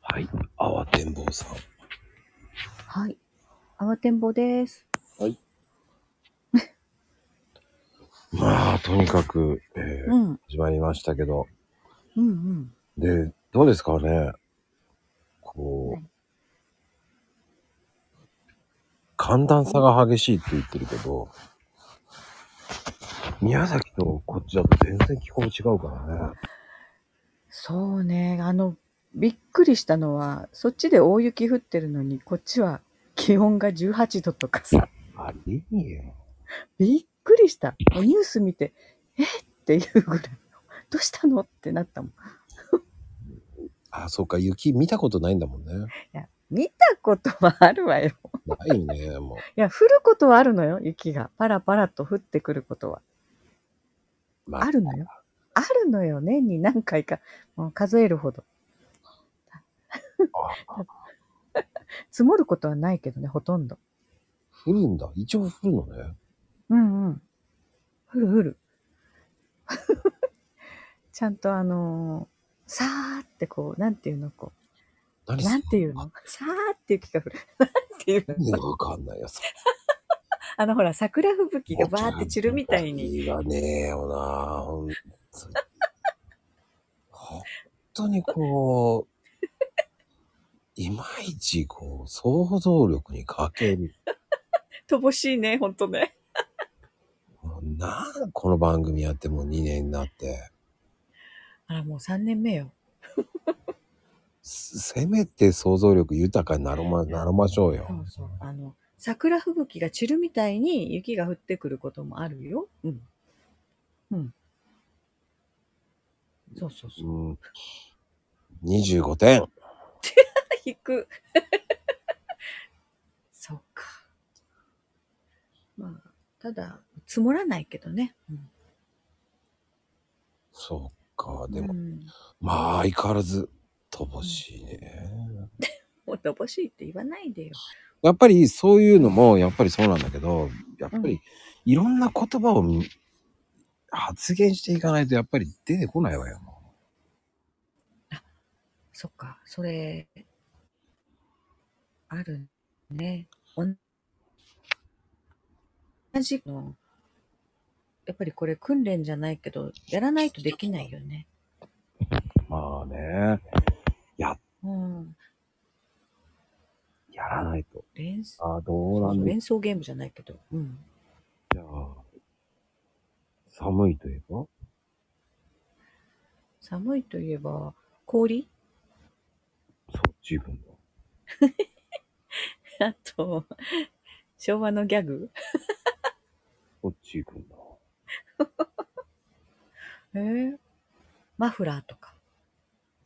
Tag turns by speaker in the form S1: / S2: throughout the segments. S1: はい。慌てんぼうさん。
S2: はい。慌てんぼです。
S1: まあ、とにかく、えー
S2: うん。うん
S1: 始まりましたけど。
S2: うん。
S1: で、どうですかねこ
S2: は
S1: う、寒暖差が激しいって言ってるけど、宮崎とこっちだと全然気候違うからね。
S2: そうね。あの、びっくりしたのは、そっちで大雪降ってるのに、こっちは気温が18度とかさ、
S1: ありえねえよ。
S2: びっくりした。もうニュース見て、えっていうぐらいの、どうしたのってなったもん。い
S1: あ、そうか、雪見たことないんだもんね。
S2: や、見たことはあるわよ。
S1: ないね、もう。
S2: いや、降ることはあるのよ、雪が。パラパラと降ってくることは。
S1: ま
S2: あるのよ。あるのよ、年に何回か。もう数えるほど。
S1: あ
S2: 積もることはないけどね、ほとんど。
S1: 降るんだ。一応降るのね。
S2: うんうん。ふるふる。 ちゃんとあのーさーってこう、なんていうのこう、
S1: 何
S2: なんていうのさーって雪が降る。 なんていうの
S1: 意味がわかんないやつ。
S2: あのほら、桜吹雪がバーって散るみたいに。
S1: いわねえよなほんとに。本当にこう、 いまいちこう、想像力に欠ける。
S2: 乏しいね、ほんとね。
S1: なんこの番組やってもう2年になって。
S2: あら、もう3年目よ。
S1: せせめて想像力豊かになろま、なろましょうよ
S2: そ。うそう。あの、桜吹雪が散るみたいに雪が降ってくることもあるよ。うん。うん。そうそうそう。
S1: うん。25点。
S2: 引く。 そうか。まあ、ただ、積もらないけどね。うん
S1: そっか。で
S2: う
S1: も、
S2: ん
S1: まあ相変わらず、乏しいね。
S2: もう乏しいって言わないでよ。
S1: やっぱりそういうのもやっぱりそうなんだけどやっぱりいろんな言葉をみ発言していかないとやっぱり出てこないわよ。
S2: そっか、それ、あるね。おん同じの、やっぱりこれ訓練じゃないけど、やらないとできないよね。
S1: まあね
S2: うん。
S1: やらないと。
S2: 連想
S1: ああどうなんで
S2: 連想ゲームじゃないけど。うん。
S1: じゃあ寒いといえば
S2: 寒いといえば、氷
S1: そう自分の。
S2: あと、昭和のギャグ
S1: そう自分の。
S2: えーマフラーとか。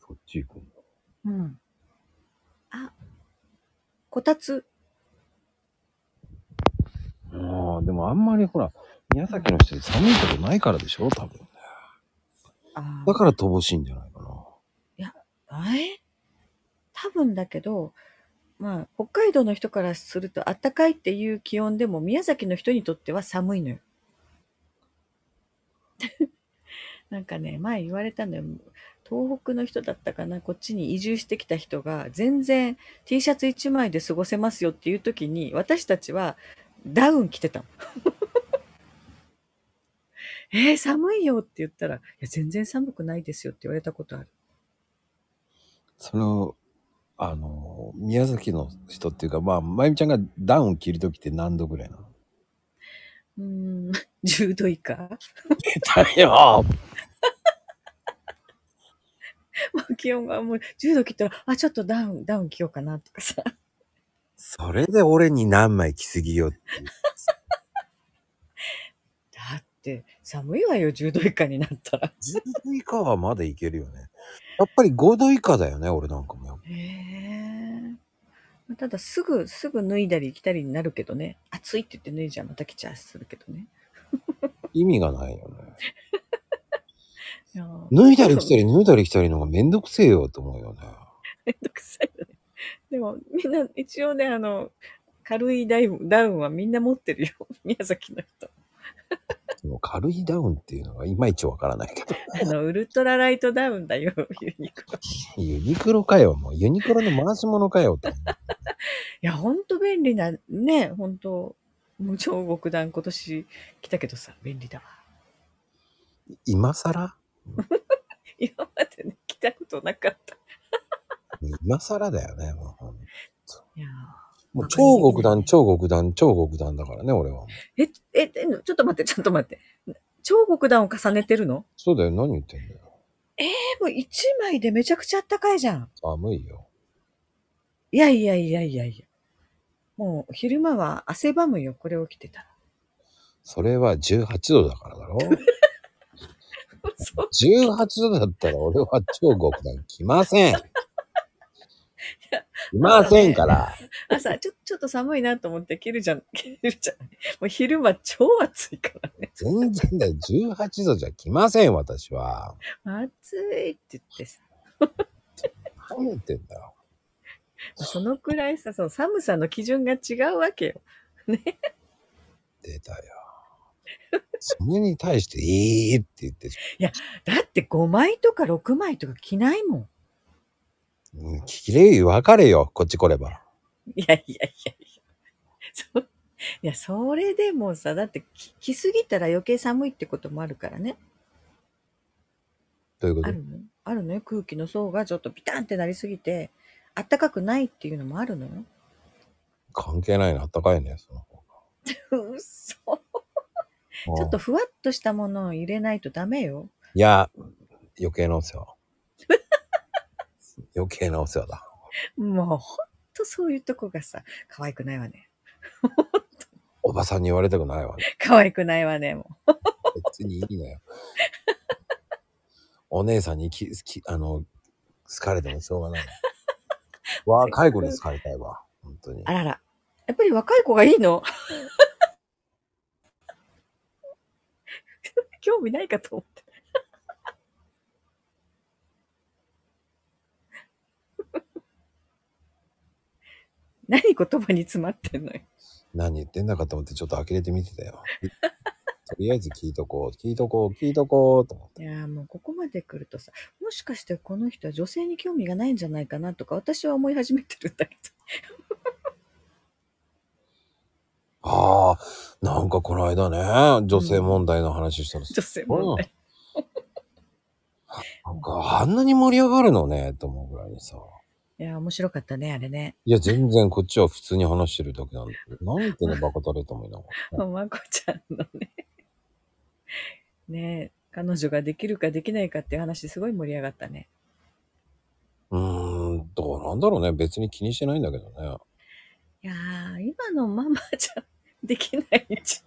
S1: そう自分の。
S2: うん。あ、こたつ。
S1: まあでもあんまりほら宮崎の人寒いとこないからでしょ多分ね。
S2: あ
S1: だから乏しいんじゃないかな。
S2: あえ多分だけど、まあ、北海道の人からすると暖かいっていう気温でも、宮崎の人にとっては寒いのよ。 なんかね、前言われたのよ。東北の人だったかな、こっちに移住してきた人が、全然 T シャツ1枚で過ごせますよっていう時に、私たちはダウン着てたの。 えー寒いよって言ったら、いや、全然寒くないですよって言われたことある。
S1: それをあの宮崎の人っていうかまあまゆみちゃんがダウン着る時って何度ぐらいなの
S2: うーん、10度以 下
S1: だよ
S2: もう気温がもう10度切ったら、あ、ちょっとダウン、ダウン着ようかなとかさ。
S1: それで俺に何枚着すぎよっていう。
S2: だって、寒いわよ、10度以下になったら。
S1: 10度以下はまだいけるよね。やっぱり5度以下だよね、俺なんかも。
S2: へえ。ただ、すぐ、すぐ脱いだり着たりになるけどね。暑いって言って脱いじゃまた着ちゃうするけどね。
S1: 意味がないよね。
S2: いやー
S1: 脱いだり着たり脱いだり着たりのがめんどくせえよと思うよね。
S2: めんどくさいよね。 でも、みんな、一応ね、あ の、軽いダウンダウンはみんな持ってるよ。宮崎の人。
S1: その軽いダウンっていうのがいまいちわからないけど。
S2: あの、ウルトラライトダウンだよ、ユニクロ。
S1: ユニクロかよ、もう。ユニクロの回し物かよ、と。
S2: いや、ほんと便利な、ね、ほんと、もう超極端今年来たけどさ、便利だわ。
S1: 今更
S2: 今までね、来たことなかった。
S1: 今更だよね、もう。
S2: いやー
S1: もう超極端、超極端、超極端だからね、俺は。
S2: え、え、えちょっと待って、ちょっと待って。超極端を重ねてるの
S1: そうだよ、何言ってんだよ。
S2: でも一枚でめちゃくちゃあったかいじゃん。
S1: 寒いよ。
S2: いやいやいやいやいや。もう昼間は汗ばむよ、これを着てたら。
S1: それは18度だからだ ろ
S2: そう
S1: ?18 度だったら俺は超極端来ません。来ませんから。
S2: 朝、ちょ、ちょっと寒いなと思って着るじゃん、着るじゃん。もう昼間超暑いからね。
S1: 全然だよ。18度じゃ来ません、私は。
S2: 暑いって言ってさ。
S1: 何言ってんだよ。
S2: そのくらいさ、その寒さの基準が違うわけよ。
S1: 出たよ。それに対して、いいって言ってし
S2: だって5枚とか6枚とか着ないもん。
S1: まう。うん、聞きれい分かれよ、こっち来れば。
S2: いやいやいやいや。そいや、それでもさ、だって着着すぎたら余計寒いってこともあるからね。
S1: ということ
S2: あるのあるのよ。空気の層がちょっとピタンってなりすぎて、あったかくないっていうのもあるのよ。
S1: 関係ないの、あったかいね、その方
S2: うっそ。ち
S1: が
S2: ょっとふわっとしたものを入れないとダメよ。
S1: いや、余計なお世話。余計なお世話だ。
S2: もうほんとそういうとこがさ、可愛くないわね。
S1: おばさんに言われたくないわ。
S2: 可愛くないわね、も
S1: 別にいいのよ。お姉さんにききあの好かれてもしょうがない。若い子に好かれたいわ。本当に
S2: う。。あらら。やっぱり若い子がいいの 興味ないかと思って。 何言葉に詰まってんのよ。
S1: 何言ってんだかと思ってちょっと呆れて見てたよ。とりあえず聞いとこう、聞いとこう、聞いとこうと思って。
S2: いやーもうここまで来るとさもしかしてこの人は女性に興味がないんじゃないかなとか私は思い始めてるんだけ
S1: ああ、なんかこの間ね、女性問題の話したら、
S2: ど女性問題
S1: なんかあんなに盛り上がるのね、と思うぐらいにさ。
S2: いやー面白かったねあれね
S1: いや、全然こっちは普通に話してるだけなんだけど、なん言ってね、バカだれと思いながら。
S2: まこちゃんのね ねえ彼女ができるかできないかっていう話すごい盛り上がったね
S1: うーん、どうなんだろうね。別に気にしてないんだけどね。
S2: いやー今のママじゃできないんじ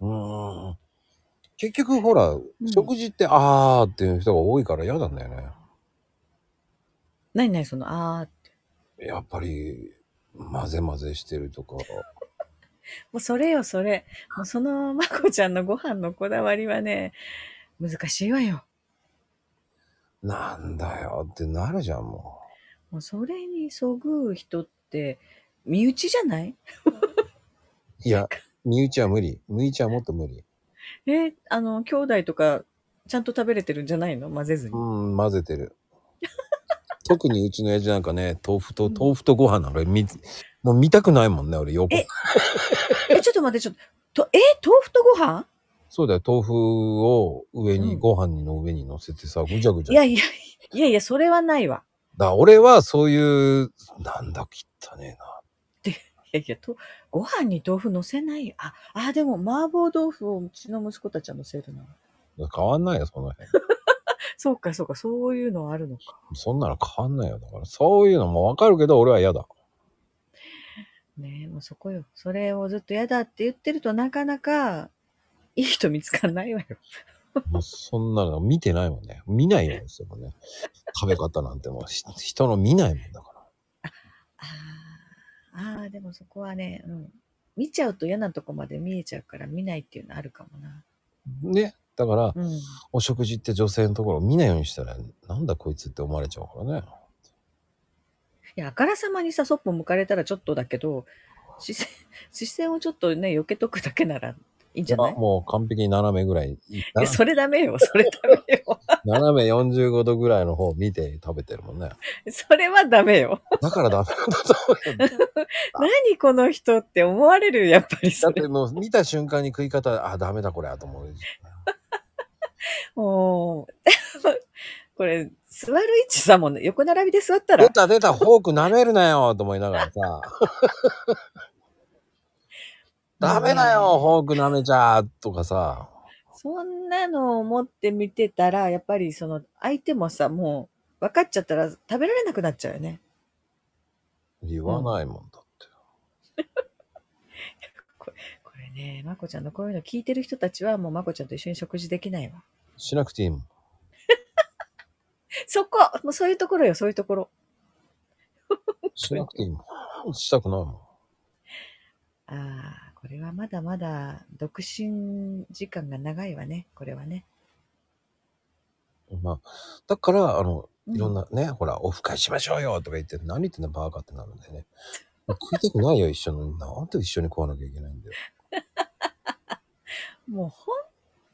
S1: うーん。結局、ほら、
S2: ん
S1: 食事って、あーっていう人が多いから嫌なんだよね。
S2: ゃないないそのあーって
S1: やっぱり、混ぜ混ぜしてるとか。
S2: もうそれよそれもうそのまこちゃんのご飯のこだわりはね難しいわよ
S1: なんだよってなるじゃん、も。
S2: もうそれにそぐう人って身内じゃないう
S1: いや、身内は無理。身内はもっと無理。
S2: え、あの、兄弟とかちゃんと食べれてるんじゃないの混ぜず
S1: う
S2: に。
S1: ーん、混ぜてる。 特にうちの親父なんかね、豆腐
S2: う
S1: と、
S2: ん
S1: 豆腐とご飯なんか見、もう見たくないもんね、俺、横
S2: ええ、ちょっと待って、ちょっと。とえ、豆腐とご飯
S1: そうだよ、豆腐を上に、
S2: うん
S1: ご飯の上に乗せてさ、ぐちゃぐ
S2: い
S1: ちゃ。
S2: やいや、いやいや、それはないわ。
S1: だ俺はそういう、なんだ、汚ねえな。
S2: いやいや、とご飯に豆腐乗せないよ。あ、あ、でも、麻婆豆腐をうちの息子たちは乗せるな。
S1: 変わんないよ、その辺。
S2: そうか、そうか、そういうのはあるのか。
S1: そんなの変わんないよ。だから、そういうのもわかるけど、俺は嫌だ。
S2: ねえ、もうそこよ。それをずっと嫌だって言ってるとなかなか、いい人見つからないわよ。
S1: もうそんなの見てないもんね。見ないようにしてもね。食べ方なんてもうひ、人の見ないもんだから。
S2: あーあー、でもそこはね、うん。見ちゃうと嫌なとこまで見えちゃうから見ないっていうのあるかもな。
S1: ね。だから、
S2: うん。
S1: お食事って女性のところを見ないようにしたら、なんだこいつって思われちゃうからね。
S2: いや、あからさまにさ、そっぽ向かれたらちょっとだけど、視線、 視線をちょっとね、避けとくだけならいいんじゃない
S1: あもう完璧に斜めぐらい。
S2: いやそれダメよ、それダメ よ。
S1: 斜め45度ぐらいの方を見て食べてるもんね。
S2: それはダメよ。
S1: だからダメなんだと思うよ。
S2: 何この人って思われる、やっぱり
S1: だ
S2: そ
S1: っ
S2: れ。
S1: てもう見た瞬間に食い方、あ、ダメだこれ、と思う。
S2: もう、 これ、座る位置さ、もう横並びで座ったら
S1: 出、た出た、フォーク舐めるなよと思いな がらさ。ダメだよ、フォーク舐めちゃとかさ。
S2: そんなのを思って見てたら、やっぱりその、相手もさ、もう、分かっちゃったら食べられなくなっちゃうよね。
S1: 言わないもんだって。
S2: これね、まこちゃんのこういうの聞いてる人たちは、もうまこちゃんと一緒に食事できないわ。
S1: しなくていいもん。
S2: そこもうそういうところよ、そういうところ。
S1: しなくていいもん。したくないもん。
S2: ああ、これはまだまだ、独身時間が長いわね、これはね。
S1: まあ、だから、あの、
S2: うん
S1: いろんなね、ほら、オフ会しましょうよとか言って、何言ってんだバーカってなるんだよね。食いたくないよ、一 緒に。なんで一緒に食わなきゃいけないんだよ。
S2: もうほん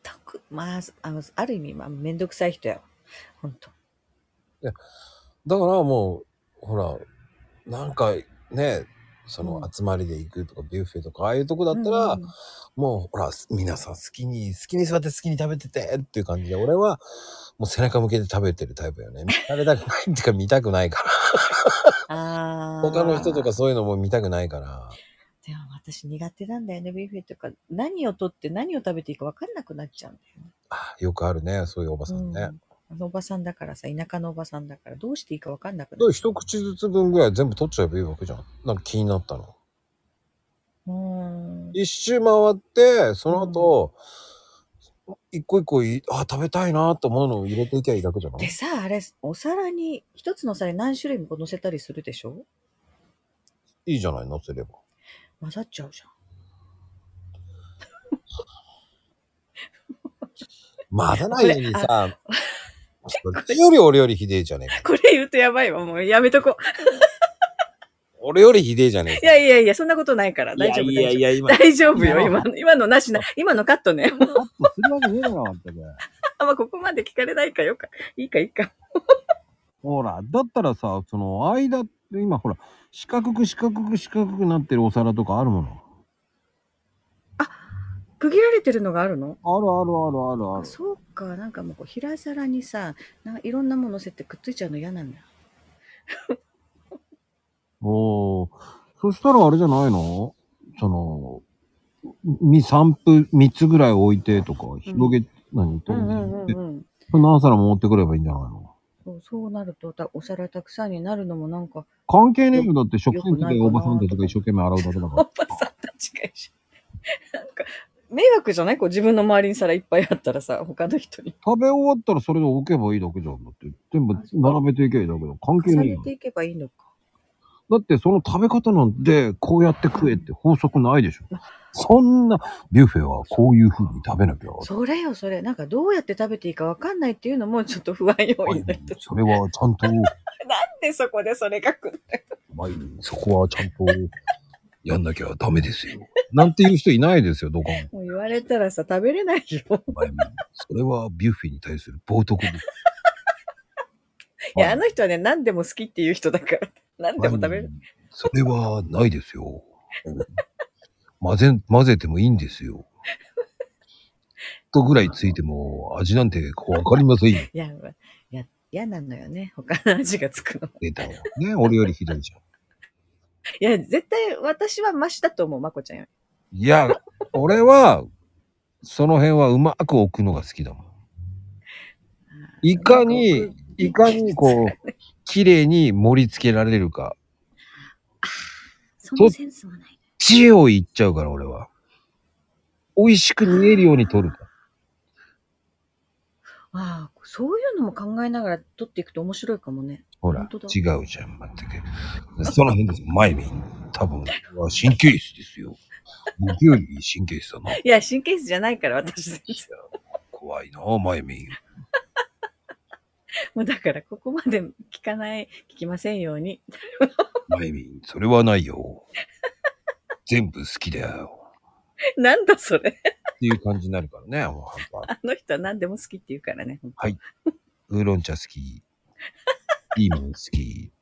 S2: とく、まあ、あのある意味、まあ、めんどくさい人やわ。ほんと。
S1: だからもう、ほら、なんかね、その
S2: うん
S1: 集まりで行くとか、ビュッフェとか、ああいうとこだったら、
S2: うんうん
S1: もう、ほら、皆さん好きに、好きに座って好きに食べててっていう感じで、俺は、もう背中向けて食べてるタイプよね。見られたくないっていうか、見たくないから。
S2: ああ。
S1: 他の人とかそういうのも見たくないから。
S2: でも私苦手なんだよね、ビュッフェとか。何を取って何を食べていいか分かんなくなっちゃうんだよね。
S1: あよくあるね、そういうおばさんね。
S2: うん、あのおばさんだからさ、田舎のおばさんだから、どうしていいか分かんなく
S1: で
S2: なっちゃ
S1: 一口ずつ分ぐらい全部取っちゃえばいいわけじゃん。なんか気になったの。
S2: う。うーん。
S1: 一周回って、その後、一個一個い、あ、食べたいなと思うのを入れていきゃいいだけじゃな
S2: で
S1: い
S2: さ、あれ、お皿に、一つのお皿に何種類も乗せたりするでしょ
S1: いいじゃない、乗せれば。
S2: 混ざっちゃうじゃん。
S1: 混ぜないようにさ、 それより俺よりひでえじゃねえか。
S2: これ言うとやばいわ、もうやめとこう。
S1: 俺よりひでえじゃねえ
S2: い
S1: か。
S2: やいやいや、そんなことないから、大丈夫。
S1: いやいやいや、今、
S2: 大丈夫よ、
S1: 今
S2: 今の、今のなしな、今のカットね。
S1: カットするわけねえだろ、あんたね。
S2: あんまここまで聞かれないかよか。いいか、いいか。
S1: ほら、だったらさ、その間って今ほら、四角く四角く四角くなってるお皿とかあるもの。
S2: 区切られてるのがあるの
S1: あるあるあるあるあ
S2: あ
S1: る。
S2: そうか、なんかもうこう平皿にさ、なんかいろんなもの乗せてくっついちゃうの嫌なんだ。
S1: おーそしたらあれじゃないのその、み3分、3つぐらい置いてとか、広げ、何と、で
S2: うん。
S1: 何皿も持ってくればいいんじゃないの
S2: そうそうなるとた、お皿たくさんになるのもなんか、
S1: 関係ねえよ。だって食洗機
S2: よくない
S1: で
S2: か
S1: お
S2: な
S1: ばさんたちが一生懸命洗うだけだ
S2: お
S1: か
S2: っぱさんたちが一緒 なんか、迷惑じゃないこう自分の周りに皿いっぱいあったらさ、他の人に。
S1: ら。食べ終わったらそれで置けばいいだけじゃん。だって、全部
S2: あそう
S1: 並べていけばいいだけだ。関係
S2: 重
S1: ねえ
S2: ね
S1: よ。
S2: ていけばいいのか。
S1: だってその食べ方なんで、こうやって食えって法則ない でしょ。そんな、ビュッフェはこういう風に食べなきゃ。
S2: それよ、それ。なんかどうやって食べていいかわかんないっていうのもちょっと不安要因だった。
S1: それはちゃんと、
S2: で、そこでそれが来る。
S1: まあそこはちゃんとやんなきゃダメですよ。なんていう人いないですよ、どこも。
S2: もう言われたらさ、食べれないよ。
S1: まゆみそれはビュッフェに対する冒涜です。
S2: い や、あの人はね、何でも好きっていう人だから。何でも食べる。
S1: それはないですよ。混ぜ、混ぜてもいいんですよ。とぐらいついても味なんてわかりませんよ。
S2: いや、いや、嫌なのよね。他の味がつくの。
S1: 出たよ。ね、俺よりひどいじゃん。
S2: いや、絶対私はマシだと思う、まこちゃんより。
S1: いや、俺は、その辺はうまく置くのが好きだもん。いかに、いかにこう、綺麗に盛り付けられるか。
S2: そのセンスはない。
S1: 知恵を言っちゃうから、俺は。美味しく見えるように撮る。
S2: ああ、そういうのも考えながら撮っていくと面白いかもね。
S1: ほら
S2: 本当だ、
S1: 違うじゃん、全く。その辺です。マイミン。多分、神経質ですよ。僕より神経質だな。
S2: いや、神経質じゃないから、私全然。
S1: 怖いな、マイミン。
S2: もうだから、ここまで聞かない、聞きませんように。
S1: マイミン、それはないよ。全部好きだよ。
S2: なんだそれ。
S1: っていう感じになるからね。もうやっぱ
S2: あの人は何でも好きって言うからね。
S1: ウーロン茶好き。ピーマン好き。